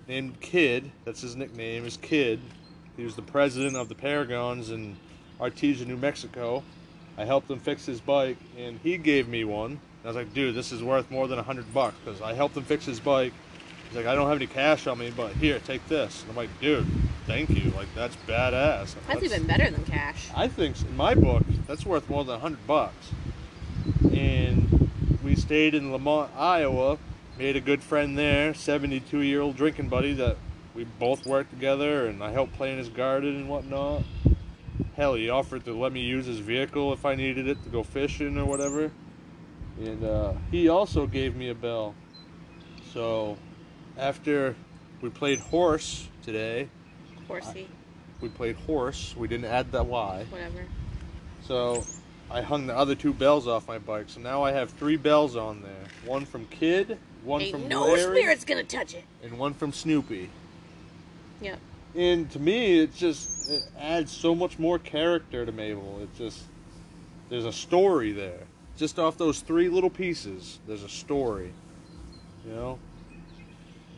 named Kid, that's his nickname, is Kid. He was the president of the Paragons in Artesia, New Mexico. I helped him fix his bike and he gave me one. And I was like, dude, this is worth more than a hundred bucks because I helped him fix his bike. He's like, I don't have any cash on me, but here, take this. And I'm like, dude, thank you. Like, that's badass. That's even better than cash. I think s- in my book that's worth more than a hundred bucks. And we stayed in Lamont, Iowa. Made a good friend there, 72-year-old drinking buddy that we both worked together, and I helped play in his garden and whatnot. Hell, he offered to let me use his vehicle if I needed it to go fishing or whatever. And uh, he also gave me a bell. So after we played horse today, Horsey. we played horse. We didn't add the Y. Whatever. So I hung the other two bells off my bike. So now I have three bells on there. One from Kid, one Ain't from no Larry, spirit's gonna touch it. and one from Snoopy. Yep. And to me, it just it adds so much more character to Mabel. It just there's a story there. Just off those three little pieces, there's a story. You know,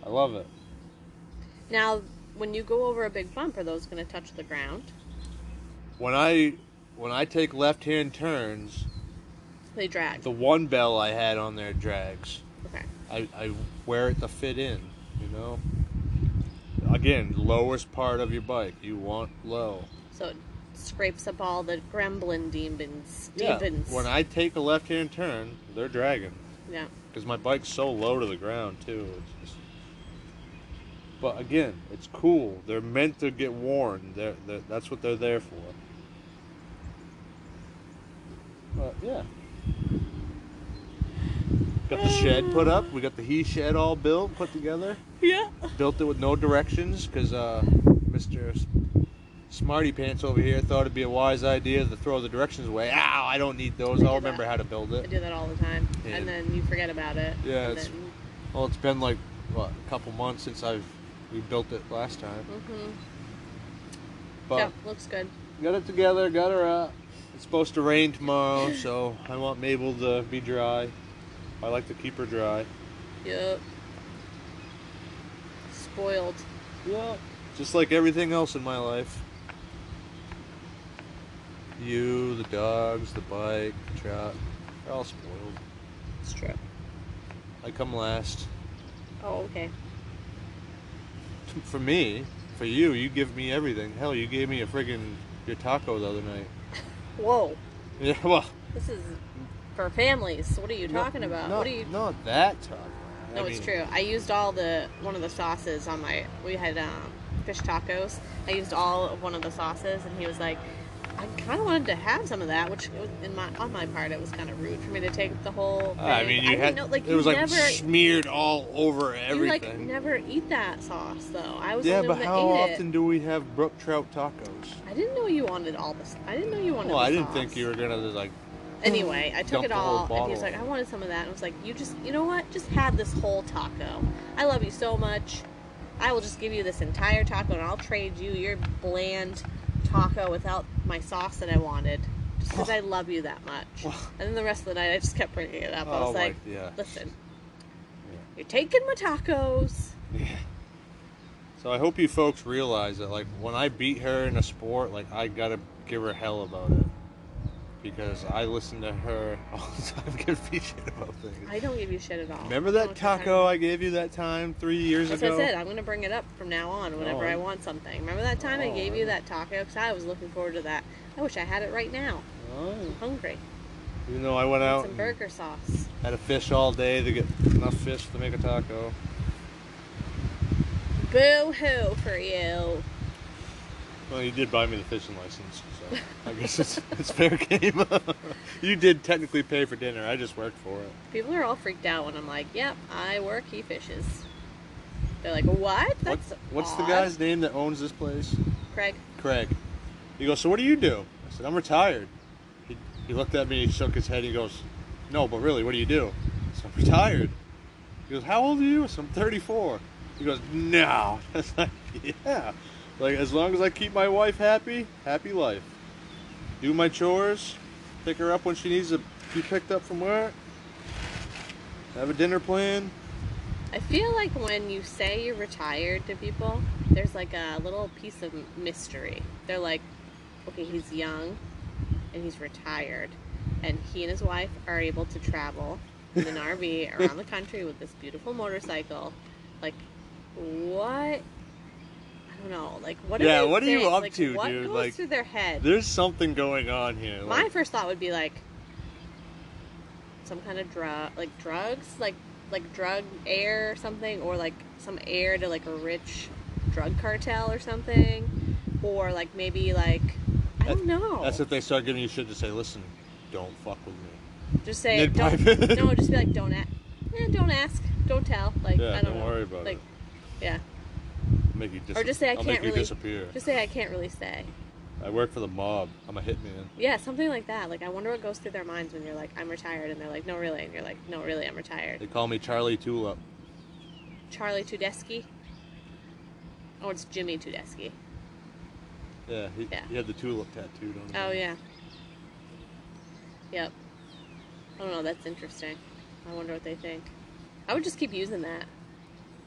I love it. Now, when you go over a big bump, are those gonna touch the ground? When I when I take left-hand turns, They drag. the one bell I had on there drags. Okay. I, I wear it to fit in, you know? Again, lowest part of your bike. You want low. So it scrapes up all the gremlin demons. Demons. When I take a left hand turn, they're dragging. yeah. Because my bike's so low to the ground, too. It's just... But again, it's cool. They're meant to get worn. They're, they're, that's what they're there for. But yeah. Got the shed put up. We got the he shed all built, put together. Yeah. built it with no directions because uh, Mr. S- Smarty Pants over here thought it'd be a wise idea to throw the directions away. Ow, I don't need those. I'll remember how to build I it. do that all the time, Yeah. and then you forget about it. Yeah, And it's- then, Well, it's been like what, a couple months since I've we built it last time, mhm. but yeah, looks good. got it together, got her up. It's supposed to rain tomorrow, so I want Mabel to be dry. I like to keep her dry. Yep. Spoiled. Yeah. Just like everything else in my life. You, the dogs, the bike, the truck, they're all spoiled. It's true. I come last. <laughs> Oh, okay. For me, for you, you give me everything. Hell, you gave me a friggin' your taco the other night. <laughs> Whoa. Yeah, well. This is for families. What are you no- talking about? Not, what are you? Not that taco. I No, it's mean, true. I used all the one of the sauces on my. We had um, fish tacos. I used all of one of the sauces, and he was like, "I kind of wanted to have some of that," which was in my on my part, it was kind of rude for me to take the whole. Thing. Uh, I mean, you didn't had know, like it you was like never. smeared all over you like everything. never eat that sauce though. I was yeah, the only but one that how ate often it. do we have brook trout tacos? I didn't know you wanted all this. I didn't know you wanted. Well, the I didn't sauce. think you were gonna like Anyway, I took Dumped it the whole all, and he was bottle. like, "I wanted some of that." And I was like, "You just, you know what? Just have this whole taco. I love you so much. I will just give you this entire taco, and I'll trade you your bland taco without my sauce that I wanted, just because I love you that much." <sighs> And then the rest of the night, I just kept bringing it up. I Oh, was my- like, yeah. "Listen, Yeah. you're taking my tacos." So I hope you folks realize that like when I beat her in a sport, like I gotta give her hell about it. Because I listen to her <laughs> all the time give me shit about things. I don't give you shit at all. Remember I don't that know what you're taco talking I gave you that time three years That's ago? what I said. I'm gonna bring it up from now on whenever Oh. I want something. Remember that time I Oh, gave you I- that taco? Because I was looking forward to that. I wish I had it right now. Oh, I'm hungry. Even though I went out Some and burger sauce. had a fish all day to get enough fish to make a taco. Boo hoo for you. Well, you did buy me the fishing license, so I guess <laughs> it's, it's fair game. <laughs> you did technically pay for dinner. I just worked for it. People are all freaked out when I'm like, yep, I work, he fishes. They're like, what? What- That's what's the odd." guy's name that owns this place? Craig. Craig. He goes, so what do you do? I said, I'm retired. He, he looked at me, he shook his head, he goes, no, but really, what do you do? I said, I'm retired. He goes, how old are you? I said, I'm 34. He goes, no. <laughs> I was like, yeah. Like, as long as I keep my wife happy, happy life. Do my chores, pick her up when she needs to be picked up from work, have a dinner plan. I feel like when you say you're retired to people, there's like a little piece of mystery. They're like, okay, he's young and he's retired, and he and his wife are able to travel in an <laughs> RV around the country with this beautiful motorcycle. Like, what? I don't know. Like, what? Yeah, are they what are you saying? up Like, to, what dude? goes Like, through their head? There's something going on here. My Like, first thought would be like some kind of drug, like drugs, like like drug air or something, or like some air to like a rich drug cartel or something, or like maybe like I That- don't know. that's if they start giving you shit to say, listen, don't fuck with me. just say Ned don't. <laughs> Pipe. no, just be like don't ask. Eh, don't ask. Don't tell. Like Yeah, I don't, don't know. worry about like, it. Yeah. Make you dis- Or just say, "I I'll can't make you really- disappear. Just say I can't really stay. I work for the mob. I'm a hitman. Yeah, something like that. Like I wonder what goes through their minds when you're like I'm retired, and they're like no really, and you're like no really, I'm retired. They call me Charlie Tulip. Charlie Tudesky. Oh, it's Jimmy Tudesky. Yeah, he, Yeah. he had the tulip tattooed on him. Oh yeah. Yep. I don't know. That's interesting. I wonder what they think. I would just keep using that.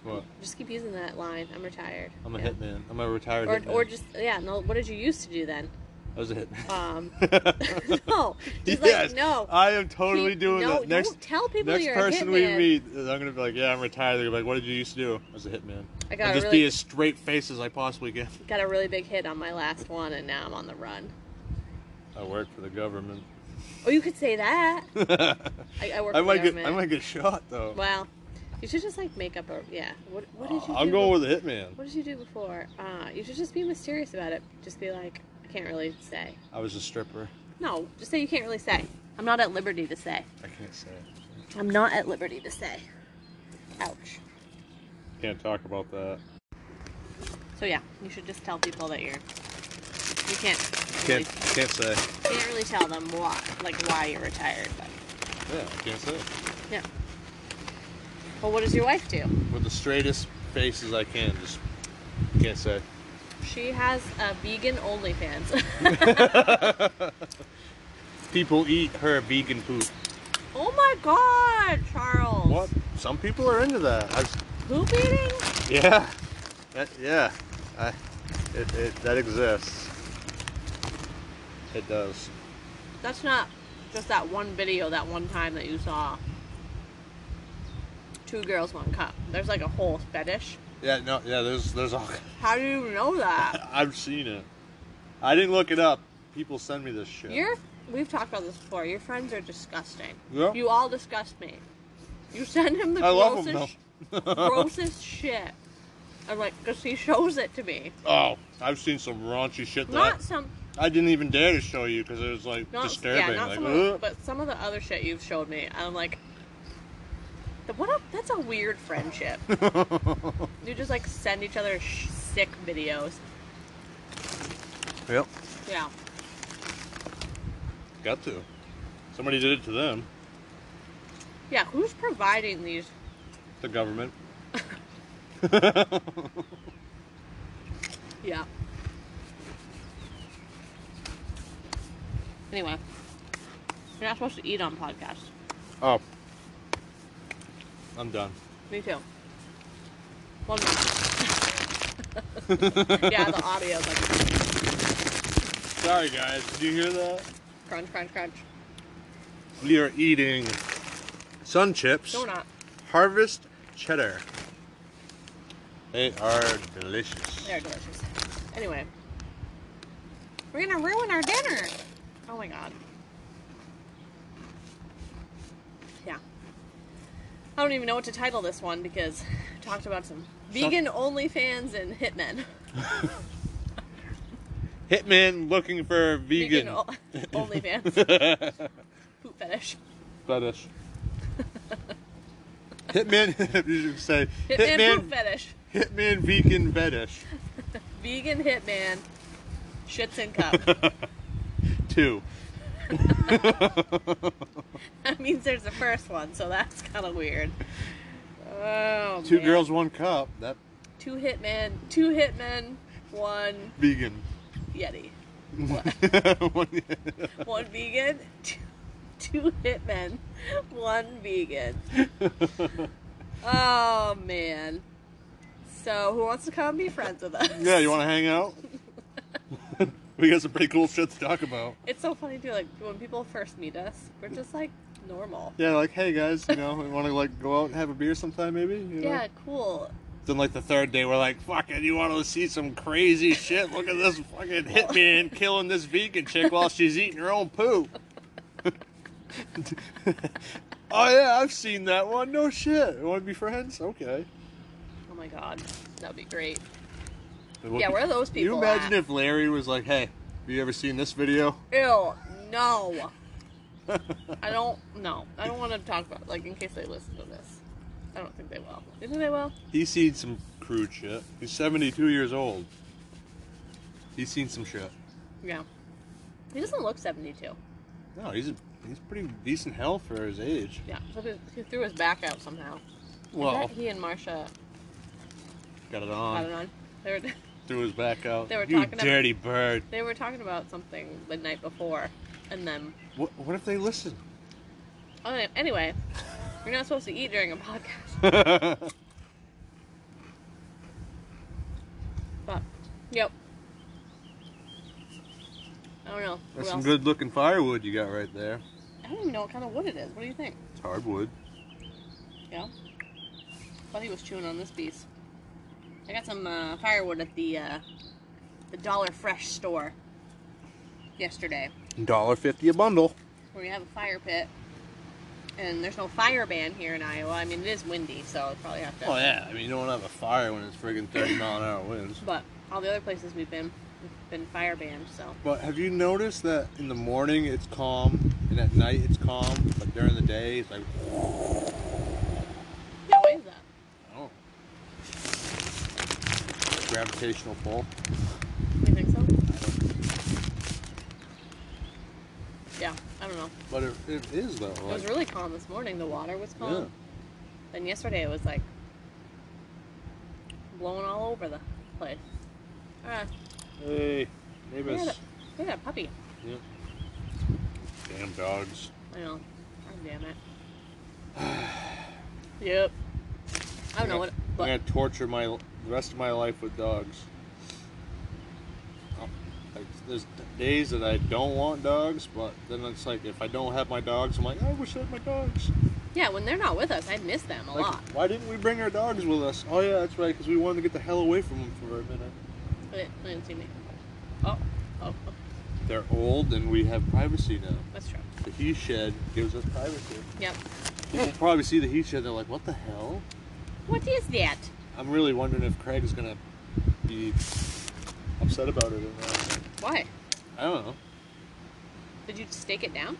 What? Just keep using that line. I'm retired. I'm a Yeah. hitman. I'm a retired Or, hitman. or just yeah. No. What did you used to do then? I was a hitman. <laughs> Um. <laughs> no, no. Just yes, like no. I am totally Keep- doing no, that. Next, Don't tell people next you're person a we hitman. meet, I'm gonna be like, yeah, I'm retired. They're gonna be like, what did you used to do? I was a hitman. I got And a just really be as straight face as I possibly can. got a really big hit on my last one, and now I'm on the run. I work for the government. <laughs> Oh, you could say that. I I, I work. for might the get, I government. might get shot though. Well, you should just like make up a yeah. What what did you? Uh, I'm do going bef- with the hitman. What did you do before? Uh, you should just be mysterious about it. Just be like, I can't really say. I was a stripper. No, just say you can't really say. I'm not at liberty to say. I can't say. it. I'm not at liberty to say. Ouch. Can't talk about that. So yeah, you should just tell people that you're. You can't. Really, Can't can't say. can't really tell them why, like why you're retired. But Yeah, I can't say. it. yeah. Well, what does your wife do? With the straightest faces I can, just can't <laughs> say. She has a vegan OnlyFans. <laughs> <laughs> People eat her vegan poop. oh my God, Charles. What? Some people are into that. I s- Poop eating? yeah, that, yeah. I, it, it, that exists. It does. That's not just that one video that one time that you saw. Two girls, one cup. There's like a whole fetish. Yeah, no, yeah. There's there's all. <laughs> How do you know that? I've seen it. I didn't look it up. People send me this shit. Your we've talked about this before. Your friends are disgusting. Yeah. You all disgust me. You send him the I love them grossest, though. <laughs> grossest shit. I'm like, because he shows it to me. Oh, I've seen some raunchy shit that Not some, I didn't even dare to show you because it was like not disturbing. yeah, not like, some, of, the- ugh. but some of the other shit you've showed me. I'm like, "The- what? A, that's a weird friendship. You just like send each other sh- sick videos. <laughs> yep, Yeah. got to. Somebody did it to them. Yeah, who's providing these? The government. <laughs> <laughs> Yeah. Anyway, you're not supposed to eat on podcasts. Oh, I'm done. Me too. Well, no. <laughs> yeah, the audio is like Sorry, guys. Did you hear that? crunch, crunch, crunch. We are eating sun chips. No, we're not. Harvest cheddar. They are delicious. They're delicious. Anyway, we're gonna ruin our dinner. Oh my god. Yeah. I don't even know what to title this one because I talked about some vegan only fans and hitmen. Hitman looking for vegan. <laughs> only fans. Poop fetish. fetish. Hitman, <laughs> you should say Hitman, poop Hitman, fetish. Hitman vegan fetish. Vegan hitman. Shits in cup. <laughs> Two. that means there's the first one, so that's kind of weird. Oh, Two man. girls, one cup. That Two hitmen. Two hitmen. One vegan. <laughs> yeti. One- <laughs> One vegan. Two, two hitmen. One vegan. Oh man. So who wants to come be friends with us? yeah, you want to hang out? <laughs> we got some pretty cool shit to talk about. It's so funny too. Like when people first meet us, we're just like normal. Yeah, like hey guys, you know, we want to like go out and have a beer sometime, maybe. You know? Yeah, cool. Then like the third day, we're like, "Fucking, you want to see some crazy shit? Look at this fucking hitman killing this vegan chick while she's eating her own poop." <laughs> oh yeah, I've seen that one. No shit. Want to be friends? Okay. Oh my god, that'd be great. Well, Yeah, where are those You people imagine at? if Larry was like, "Hey, have you ever seen this video?" Ew, <laughs> no. I don't. No, I don't want to talk about. Like in case they listen to this, I don't think they will. Do you think they will? He's seen some crude shit. He's 72 years old. He's seen some shit. Yeah. He doesn't look seventy-two. No, he's a, he's pretty decent health for his age. Yeah, so he, he threw his back out somehow. Well, Um. Is that he and Marsha got it I on. don't know. They were <laughs> Threw his back out. They were you talking about- dirty bird. they were talking about something the night before, and then What, what if they listen? <laughs> oh, anyway, you're not supposed to eat during a podcast. That's But yep. I don't know. What some else? good looking firewood you got right there. I don't even know what kind of wood it is. What do you think? It's hardwood. Yeah. Thought he was chewing on this piece. I got some uh, firewood at the uh, the Dollar Fresh store yesterday, Dollar fifty a bundle. where you have a fire pit, and there's no fire ban here in Iowa. I mean, it is windy, so I'll probably have to. Oh yeah, I mean you don't have a fire when it's friggin' thirty mile an hour winds. But all the other places we've been, we've been fire banned. So But have you noticed that in the morning it's calm and at night it's calm, but during the day it's like yeah, why is that? oh gravitational pull. You think so? Yeah, I don't know. But it, it is though. It was like- really calm this morning. The water was calm. Yeah. And yesterday it was like blowing all over the place. Uh, hey, look, at that, neighbors. look at that puppy. Yep. Damn dogs. I know. God damn it. yep. I don't know what. I'm what gonna torture my the rest of my life with dogs. Um, Like, there's days that I don't want dogs, but then it's like if I don't have my dogs, I'm like, I wish I had my dogs. yeah, when they're not with us, I miss them a Like, lot. why didn't we bring our dogs with us? Oh yeah, that's right, because we wanted to get the hell away from them for a minute. They they didn't see me. Oh, oh, oh, They're old, and we have privacy now. that's true. The he shed gives us privacy. Yep. <laughs> People probably see the he shed, they're like, what the hell? What is that? I'm really wondering if Craig is gonna be upset about it or not. Why? I don't know. Did you stake it down?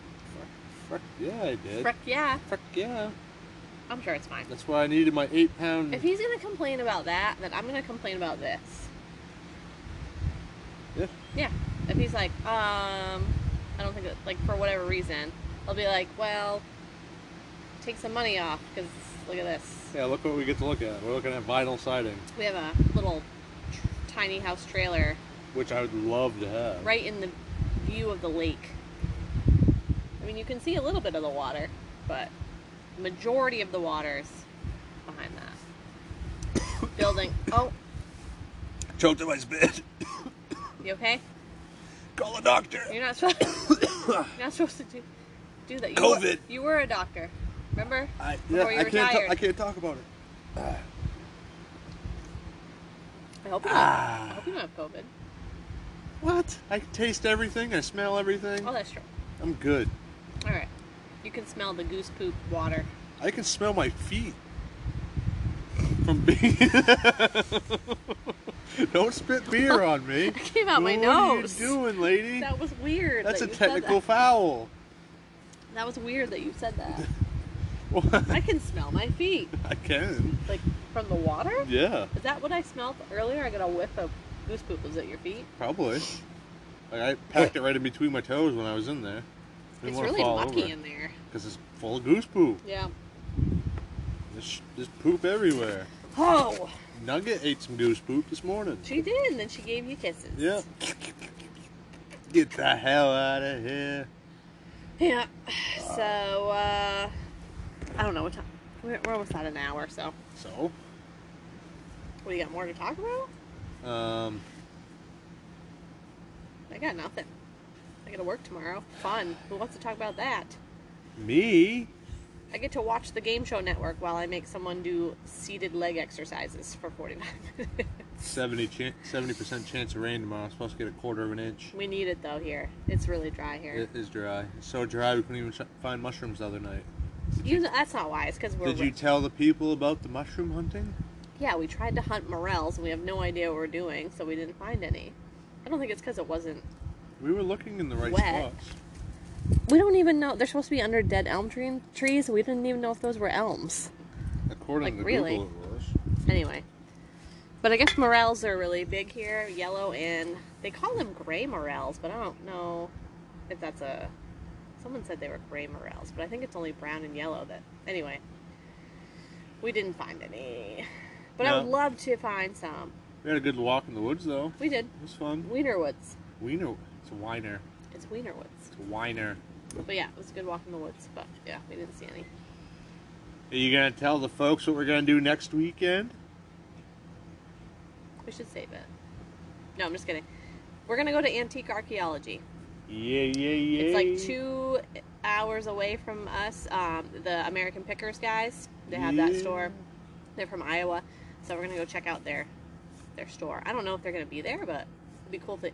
Frick, yeah, I did. Frick yeah. Frick yeah. I'm sure it's fine. That's why I needed my eight pound. If he's gonna complain about that, then I'm gonna complain about this. Yeah. Yeah. If he's like, um, I don't think that, like, for whatever reason, I'll be like, well, take some money off, because look at this. yeah, look what we get to look at. We're looking at vinyl siding, We have a little tr- tiny house trailer which I would love to have. right in the view of the lake. I mean, you can see a little bit of the water, but majority of the water's behind that <coughs> building. Oh, Choked on my spit. <coughs> you okay? Call a doctor. You're not supposed. <coughs> you're not supposed to do, do that. You were- COVID. you were a doctor, remember? <coughs> I, yeah, Before you I can't. ta- retired. I can't talk about it. I hope you. Don't, I Ah. hope you don't have COVID. What? I can taste everything. I smell everything. Oh, that's true. I'm good. All right. You can smell the goose poop water. <laughs> I can smell my feet from being. <laughs> Don't spit <laughs> beer on me. It came out my what nose. are you doing, lady? That was weird. That's a that you said technical That. foul. that was weird that you said that. <laughs> I I can smell my feet, can. like from the water. Yeah, Is that what I smelled earlier? I got a whiff of goose poop. Was it your feet? probably. Like I packed it right in between my toes when I was in there. Didn't it's wanna really fall mucky over. in there. Because it's full of goose poop. Yeah. There's, sh- there's poop everywhere. Oh, Nugget ate some goose poop this morning. she did, and then she gave you kisses. Yeah. Get the hell out of here. Yeah. So, uh, I don't know what time. We're, we're almost at an hour, so. So, What, you got more to talk about? um, I got nothing. I gotta work tomorrow. Fun. Who wants to talk about that? me? I get to watch the Game Show Network while I make someone do seated leg exercises for 45 minutes. 70 chan 70% chance of rain tomorrow. I'm supposed to get a quarter of an inch. <laughs> we need it though here. It's really dry here. It is dry. It's so dry we couldn't even sh- find mushrooms the other night. you know, that's not why. It's because we're. Did you tell the people about the mushroom hunting? yeah, we tried to hunt morels and we have no idea what we're doing, so we didn't find any. I don't think it's because it wasn't. We were looking in the right Wet. spots. We don't even know. They're supposed to be under dead elm tree- trees. We didn't even know if those were elms. Like, According to really? Google, it was. Anyway. But I guess morels are really big here, yellow and they call them gray morels, but I don't know if that's a someone said they were gray morels, but I think it's only brown and yellow that anyway. We didn't find any. But I would No. love to find some. We had a good walk in the woods, though. We did. It was fun. Wienerwoods. Wiener. It's a whiner. It's Wienerwoods. It's a whiner. But yeah, it was a good walk in the woods, but yeah, we didn't see any. Are you gonna tell the folks what we're gonna do next weekend? We should save it. No, I'm just kidding. We're gonna go to antique archaeology. Yeah, yeah, yeah. It's like two hours away from us. Um, the American Pickers guys, they have that Yeah. store. They're from Iowa, so we're gonna go check out their their store. I don't know if they're gonna be there, but it'd be cool if they.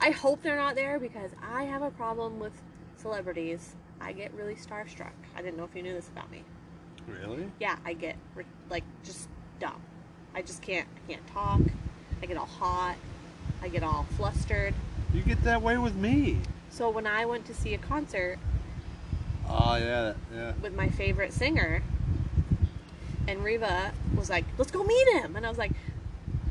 I hope they're not there because I have a problem with celebrities. I get really starstruck. I didn't know if you knew this about me. Really? Yeah, I get re- like just dumb. I just can't. I can't talk. I get all hot. I get all flustered. You get that way with me. So when I went to see a concert, Oh yeah, yeah. with my favorite singer. And Reva was like, "Let's go meet him," and I was like,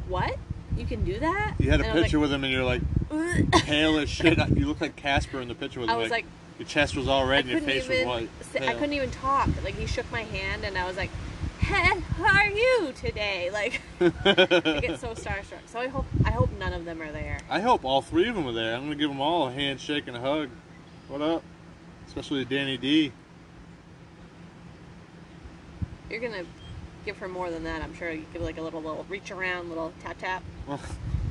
"What? You can do that?" You had a and picture with him, and you're like I was <laughs> like, "Ugh." pale as shit. You look like Casper in the picture <laughs> with I him. was like, your chest was all I red, and your couldn't face even. was white. say- I Yeah. couldn't even talk. Like he shook my hand, and I was like, "Hey, how are you today?" <laughs> Like <laughs> I get so starstruck. So I hope I hope none of them are there. I hope all three of them are there. I'm gonna give them all a handshake and a hug. What up? Especially Danny D. You're gonna give her more than that, I'm sure. You give like a little little reach around, little tap tap. <laughs>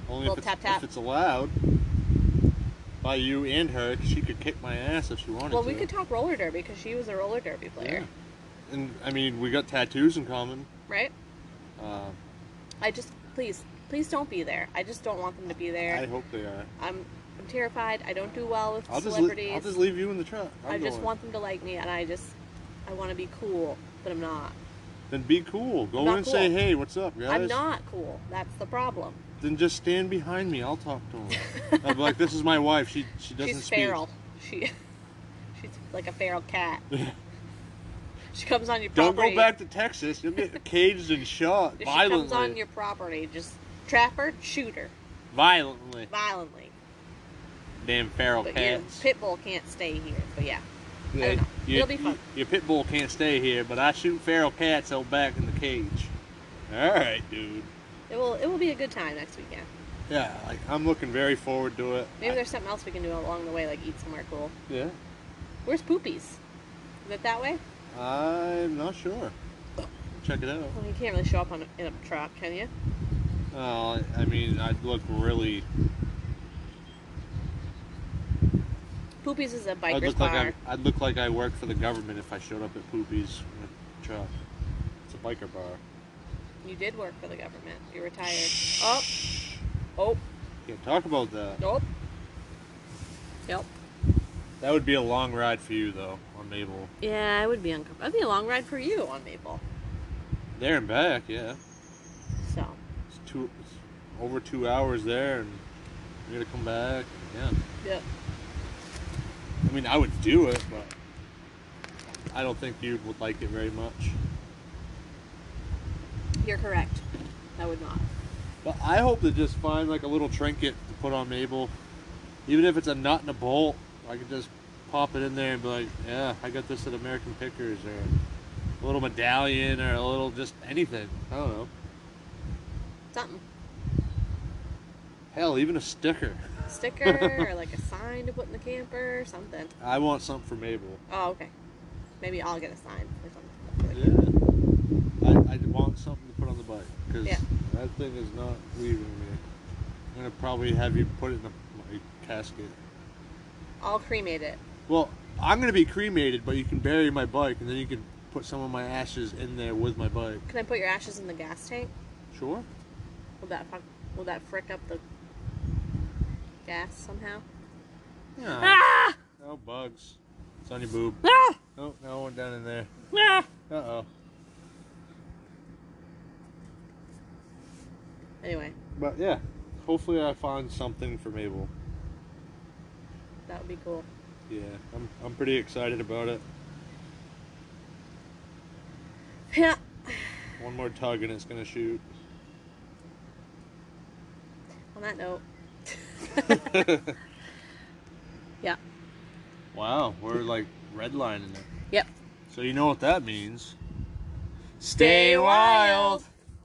Only Little if it's, tap tap. if it's allowed by you and her, 'cause she could kick my ass if she wanted Well, to. we could talk roller derby because she was a roller derby player, Yeah. And I mean, we got tattoos in common. right? Uh, I just please, please don't be there. I just don't want them to be I there. hope they are. I, am I'm terrified. I don't do well with I'll just, celebrities. le- I'll just leave you in the truck. I'm I just going. want them to like me, and I just I want to be cool, but I'm not. Then be cool. Go I'm in not and say, cool. "Hey, what's up, guys?" I'm not cool. That's the problem. Then just stand behind me. I'll talk to him. <laughs> I'll be like, "This is my wife. She she doesn't She's speak." feral. She <laughs> she's like a feral <laughs> cat. she comes on your Don't property. go back to <laughs> Texas. You'll get caged and shot If she violently. comes on your property, just trap her, shoot her Violently. violently. Damn feral But your cats. pit bull can't stay here. But yeah, Yeah, don't know. your- It'll be fun. Your pit bull can't stay here, but I shoot feral cats out back in the cage. All right, dude. it will it will be a good time next weekend. Yeah, like I'm looking very forward to it. Maybe I- there's something else we can do along the way, like eat somewhere cool. Yeah, Where's Poopies? Is it that way? I'm not sure. Check it out. Well, you can't really show up on in a truck, can you? Oh, I mean, I'd look really. Poopies is a I'd biker's look bar. like I, I'd look like I work for the government if I showed up at Poopies in a truck. It's a biker bar. You did work for the government. You're retired. Oh, oh, Can't talk about that. nope. Nope. That would be a long ride for you though on Mabel. Yeah, I would be uncomfortable. That'd be a long ride for you on Maple. There and back, yeah. So, It's two, it's over two hours there, and you gotta come back. Yeah. yeah. I mean, I would do it, but I don't think you would like it very much. You're correct. I would not. But I hope to just find like a little trinket to put on Mabel, even if it's a nut and a bolt. I could just pop it in there and be like, "Yeah, I got this at American Pickers," or a little medallion, or a little just anything. I don't know. Something. Hell, even a sticker. Sticker or like a sign to put in the camper or something. I want something for Mabel. Oh, okay. Maybe I'll get a sign or something. Yeah. I, I want something to put on the bike because Yeah. that thing is not leaving me. I'm gonna probably have you put it in the, my casket. I'll cremate it. Well, I'm gonna be cremated, but you can bury my bike, and then you can put some of my ashes in there with my bike. Can I put your ashes in the gas tank? Sure. Will that fuck, will that frick up the gas somehow? Yeah. <laughs> Ah! No bugs. It's on your boob. Ah! Nope, no one down in there. Ah! Uh oh. Anyway, But yeah, hopefully I find something for Mabel. that would be cool. <laughs> Yeah, I'm I'm pretty excited about it. Yeah. One more tug and it's gonna shoot. On that note. <laughs> yeah. Wow, we're like redlining it. Yep. So you know what that means. Stay wild.